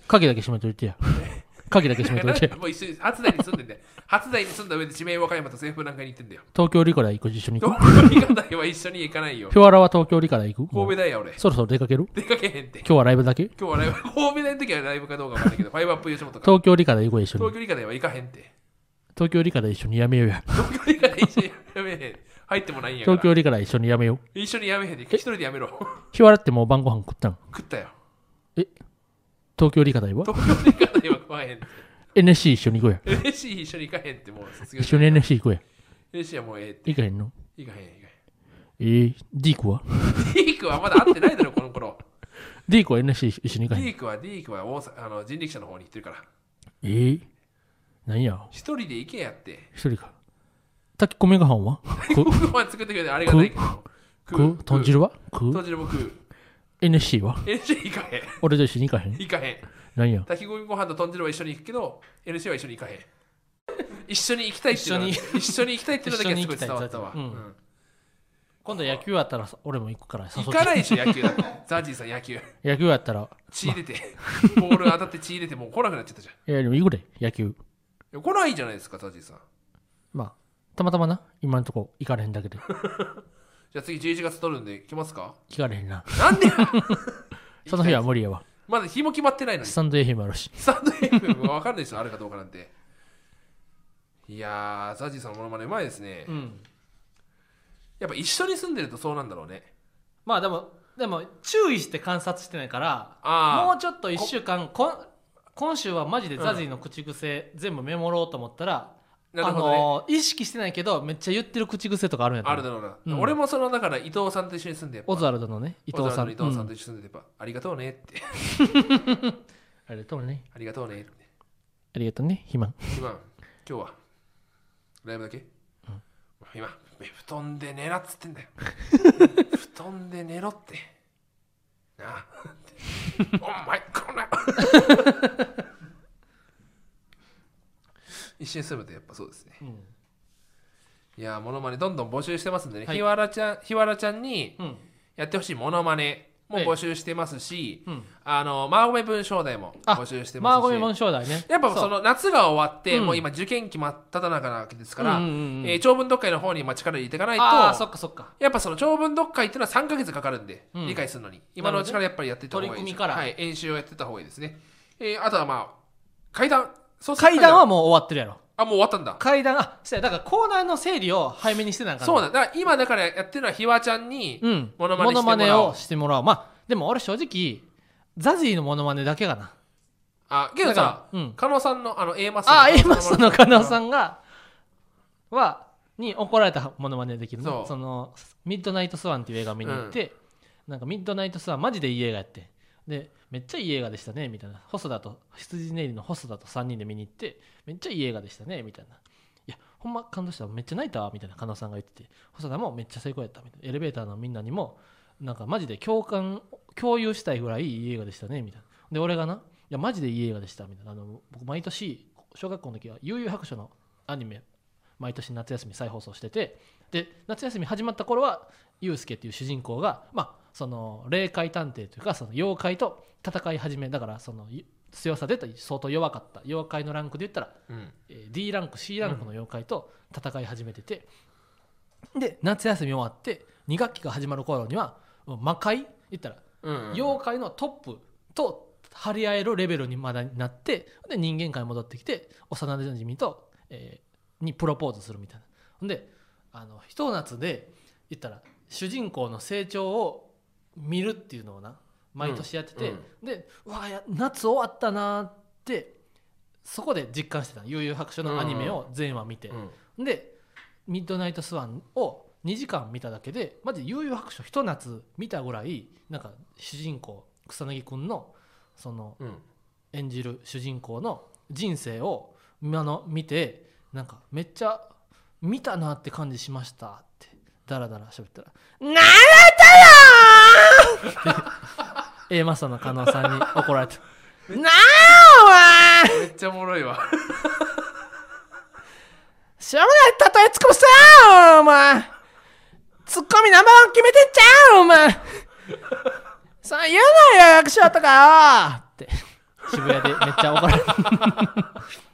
S1: 鍵だけ閉めといてや鍵だけ閉めとい て
S2: もう一緒に初台に住んでんだよ初台に住んだ上で地名和歌山と政府何回に行ってん だよ
S1: 東京理科大行く一緒に行
S2: 東
S1: く
S2: 京理科大は一緒に行かないよ
S1: 日原は東京理科大行くもう
S2: 神戸大や俺
S1: そろそろ出かける
S2: 出かけへんって
S1: 今日はライブだけ
S2: 今日はライブ神戸大の時はライブかどうかわかんないけどファイブアップ吉本か
S1: 東京理科大行こうや一緒
S2: 東
S1: に
S2: 京理科大は行かへんって
S1: 東京理科大一緒にやめようや
S2: 東京理科大一緒にやめへん入ってもないんやか
S1: 東
S2: ら
S1: 京理科大一緒にやめよう
S2: 一緒にやめへんで一人でやめろ
S1: 日原ってもう晩ご飯食ったん
S2: 食ったよ
S1: 東京理科大は
S2: 東京理科大は食わへんって
S1: NSC 一緒に行こうや
S2: NSC 一緒に行かへんってもう卒業
S1: 一緒に NSC 行こうや
S2: NSC はもうええって
S1: 行かへんの
S2: 行かへん行かへん
S1: えー、ディークは
S2: ディークはまだ会ってないだろ、この頃。
S1: ディークは NSC 一緒に行
S2: デ
S1: かへん。
S2: ィークは、ディークは大阪あの人力車の方に行ってるから。
S1: えー、何や
S2: 一人で行けやって。
S1: 一人か。炊き込みご飯は食う
S2: ご飯作ってくれてありがたいけど。
S1: 食う豚汁は食
S2: 豚
S1: う
S2: 汁も食う。
S1: ?NSC は
S2: NC 行かへん。
S1: 俺と一緒に行かへん
S2: 行かへん。
S1: 何や
S2: 炊き込みご飯と豚汁は一緒に行くけど、NC は一緒に行かへん。一緒に行きたいっていうのは
S1: 一
S2: 一緒に行きたいっていうのだけはすごい伝わったわ。
S1: 一緒に行きたい
S2: うん
S1: 今度野球やったら俺も行くから誘っ
S2: 行
S1: て
S2: かないでしょ、野球だと。ザジーさん、野球。
S1: 野球やったら、
S2: 血出て、ボール当たって血出て、もう来なくなっちゃったじゃん
S1: いやでも行くで、野球。
S2: いや。来ないじゃないですか、ザジーさん。
S1: まあ、たまたまな、今のとこ行かれへんだけで。
S2: じゃあ次11月取るんで来ますか
S1: 聞かれへん な。
S2: なんでや
S1: その日は無理やわ。
S2: まだ日も決まってないのに
S1: ス。タンド FM あるし。
S2: スタンド FM は分かんない人あるかどうかなんて。いやー、ザジーさんのモノマネうまいですね。
S1: ん。
S2: やっぱ一緒に住んでるとそうなんだろうね。
S1: まあでも、でも、注意して観察してないから、
S2: あー
S1: もうちょっと1週間、こん今週はマジでザジーの口癖、全部メモろうと思ったら、
S2: な
S1: あ
S2: るほどね。
S1: のー意識してないけど、めっちゃ言ってる口癖とかあるんやと
S2: あ
S1: 思
S2: る
S1: う
S2: だろうな、
S1: うん
S2: 俺もそのだから伊藤さんと一緒に住んでやっぱ
S1: オズワルドのね、伊藤さん。
S2: オズワルドの伊藤さん
S1: う
S2: と
S1: ん
S2: 一緒に住んでやっぱ、ありがとうねって。
S1: ありがとうね。
S2: ありがとうねって。
S1: ありがとうね、肥満。
S2: 今、今日は、ライブだけ、今、布団で寝ろっつって んだよ。布団で寝ろって。なあ。 お前、こんな。 一緒に住むとやっぱそうですね。
S1: うん。
S2: いやー、モノマネどんどん募集してますんでね。
S1: はい
S2: ひわらちゃん、ひわらちゃんに
S1: うん。
S2: やってほしいモノマネも
S1: はい
S2: 募集してますし、
S1: うん。
S2: あの、マーゴメ文章題も募集してますし。
S1: マーゴミ文章題ね。
S2: やっぱ
S1: う
S2: その夏が終わって、
S1: うん
S2: もう今受験期真っ只中なわけですから、
S1: うんうんうん
S2: えー長文読解の方にまあ力入れていかないと
S1: ああ、そっかそっか。
S2: やっぱその長文読解っていうのは3ヶ月かかるんで、
S1: うん
S2: 理解するのに今のうちからやっぱりやっていった方がいいです
S1: 取り組みから
S2: はい、演習をやってた方がいいですね、えーあとはまあ階段そう
S1: 階段はもう終わってるやろ。
S2: あもう終わったんだ
S1: 階段、あ、そうや、だからコーナーの整理を早めにしてなんか
S2: そう
S1: だ。
S2: なんだだから今だからやってるのはひわちゃんに
S1: うん。
S2: モノマネしてもらおう
S1: モをしてもらおう。まあ、でも俺正直、ザジーのモノマネだけがな。
S2: あけど
S1: だ
S2: さ
S1: からうん
S2: 加納さんのあの A マス
S1: ああ、エマスの加納さ
S2: ん
S1: んが、は、に怒られたモノマネできる
S2: そ
S1: の。
S2: う
S1: その、ミッドナイトスワンっていう映画見に行って、なんかミッドナイトスワンマジでいい映画やって。で、めっちゃいい映画でしたね、みたいな。細田と、羊ネイリの細田と3人で見に行って、めっちゃいい映画でしたね、みたいな。いや、ほんま感動した。めっちゃ泣いたわ、みたいな加納さんが言ってて。細田もめっちゃ成功やった、みたいな。エレベーターのみんなにも、なんかマジで共感共有したいぐらいいい映画でしたねみたいなで俺がないやマジでいい映画でしたみたいなあの僕毎年小学校の時は「悠々白書」のアニメ毎年夏休み再放送しててで夏休み始まった頃はユウスケっていう主人公がまあその霊界探偵というかその妖怪と戦い始めだからそのゆ強さで言ったら相当弱かった妖怪のランクで言ったら
S2: うん
S1: えー D ランク C ランクの妖怪と戦い始めてて、で夏休み終わって2学期が始まる頃にはもう魔界言ったら
S2: うん
S1: 妖怪のトップと張り合えるレベルにまだなってで人間界に戻ってきて幼なじみと、えーにプロポーズするみたいなほんであのひと夏で言ったら主人公の成長を見るっていうのをな毎年やってて、
S2: うん
S1: でうわや夏終わったなーってそこで実感してた悠々白書のアニメを全話見て、
S2: うん
S1: で「ミッドナイトスワン」を2時間見ただけでマジ悠々白書ひと夏見たぐらいなんか主人公草薙くんのその
S2: うん
S1: 演じる主人公の人生を今の見てなんかめっちゃ見たなって感じしましたってダラダラ喋ったら「なれたよー!」って A マスターの加納さんに怒られた「 なあお前
S2: めっちゃおもろいわ
S1: しょうもない例えつくさお前ツッコミナンバーワン決めてっちゃうお前そう言うなよ役所とかよって渋谷でめっちゃ怒られ た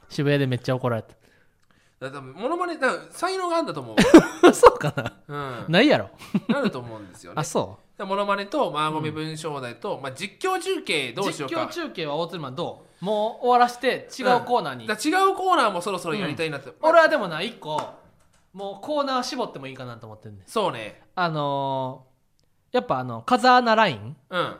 S1: 渋谷でめっちゃ怒られ
S2: だからモノマネだから才能があるんだ と思う、
S1: たそうかな
S2: うん、
S1: ないやろ
S2: なると思うんですよね
S1: あそ
S2: でモノマネとマーゴメ文章題と、まあ、実況中継
S1: う
S2: どうしようか
S1: 中継は大鶴マンどうもう終わらして違うコーナーに、
S2: だから違うコーナーもそろそろやりたいなって、
S1: 俺はでもな一個もうコーナー絞ってもいいかなと思ってんねん
S2: そうね
S1: あのーやっぱあの風穴ライン
S2: うん
S1: っ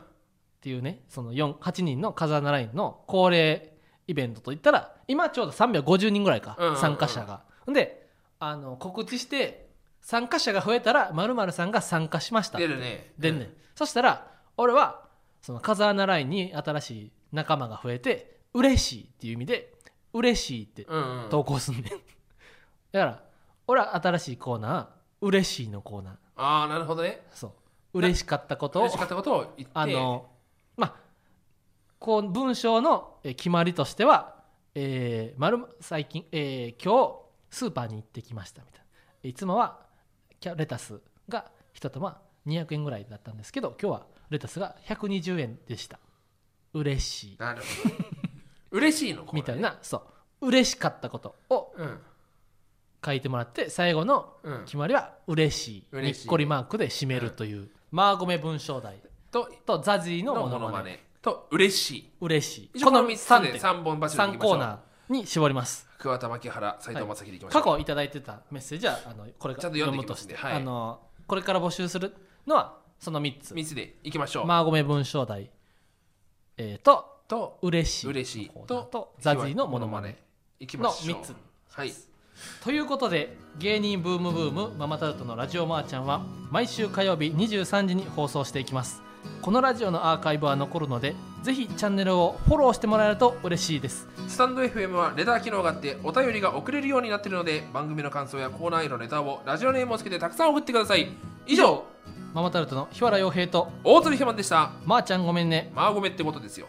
S1: ていうねその4 8人の風穴ラインの恒例イベントといったら今ちょうど350人ぐらいか、
S2: うんうんうん
S1: 参加者がであの告知して参加者が増えたら〇〇さんが参加しました
S2: 出るね
S1: でんねん、そしたら俺はその風穴ラインに新しい仲間が増えて嬉しいっていう意味で嬉しいって
S2: うん、うん、
S1: 投稿すんねん、だから俺は新しいコーナー嬉しいのコーナー
S2: ああなるほどね
S1: そう嬉しかったことを
S2: 嬉しかったことを言って
S1: あのまあこう文章のえー決まりとしては「えー、まる最近、えー今日スーパーに行ってきました」みたいないつもはキャレタスが1玉200円ぐらいだったんですけど今日はレタスが120円でした嬉しい
S2: なるほど嬉しいのこれ
S1: みたいなそう嬉しかったことを
S2: うん
S1: 書いてもらって最後の
S2: うん
S1: 決まりは「嬉しい」に
S2: 嬉しい
S1: っこりマークで締めるという、マーゴメ文章題
S2: と
S1: とザジーの
S2: の
S1: も
S2: も
S1: の
S2: の
S1: ま
S2: ま
S1: ね
S2: ねと嬉しい
S1: 嬉しい
S2: この3つ
S1: 三
S2: で3本柱で
S1: 3
S2: いきまし
S1: コ
S2: ょ
S1: ー
S2: う
S1: ナーに絞ります
S2: 桑田牧原斉藤正樹でいきましょ
S1: 過
S2: う、
S1: 去いただいてたメッセージはあのこれか
S2: ちゃ
S1: ら
S2: んと読
S1: 読
S2: んで
S1: む
S2: いき
S1: と
S2: ま
S1: し
S2: す
S1: て、
S2: ねはい
S1: あのこれから募集するのはその3つ
S2: 3つでいきましょう、
S1: マーゴメ文章題、えー、と
S2: と
S1: 嬉しい
S2: 嬉しい
S1: のコーナー
S2: と
S1: とザジーのものまね
S2: いきましょう
S1: の三つ
S2: はい
S1: ということで芸人ブームブームママタルトのラジオマーちゃんは毎週火曜日23時に放送していきますこのラジオのアーカイブは残るのでぜひチャンネルをフォローしてもらえると嬉しいです
S2: スタンド FM はレター機能があってお便りが送れるようになっているので番組の感想やコーナーへのレターをラジオネームをつけてたくさん送ってください以上
S1: ママタルトの日原洋平と
S2: 大鶴ひまんでした
S1: まー、ちゃんごめんね
S2: マーゴメってことですよ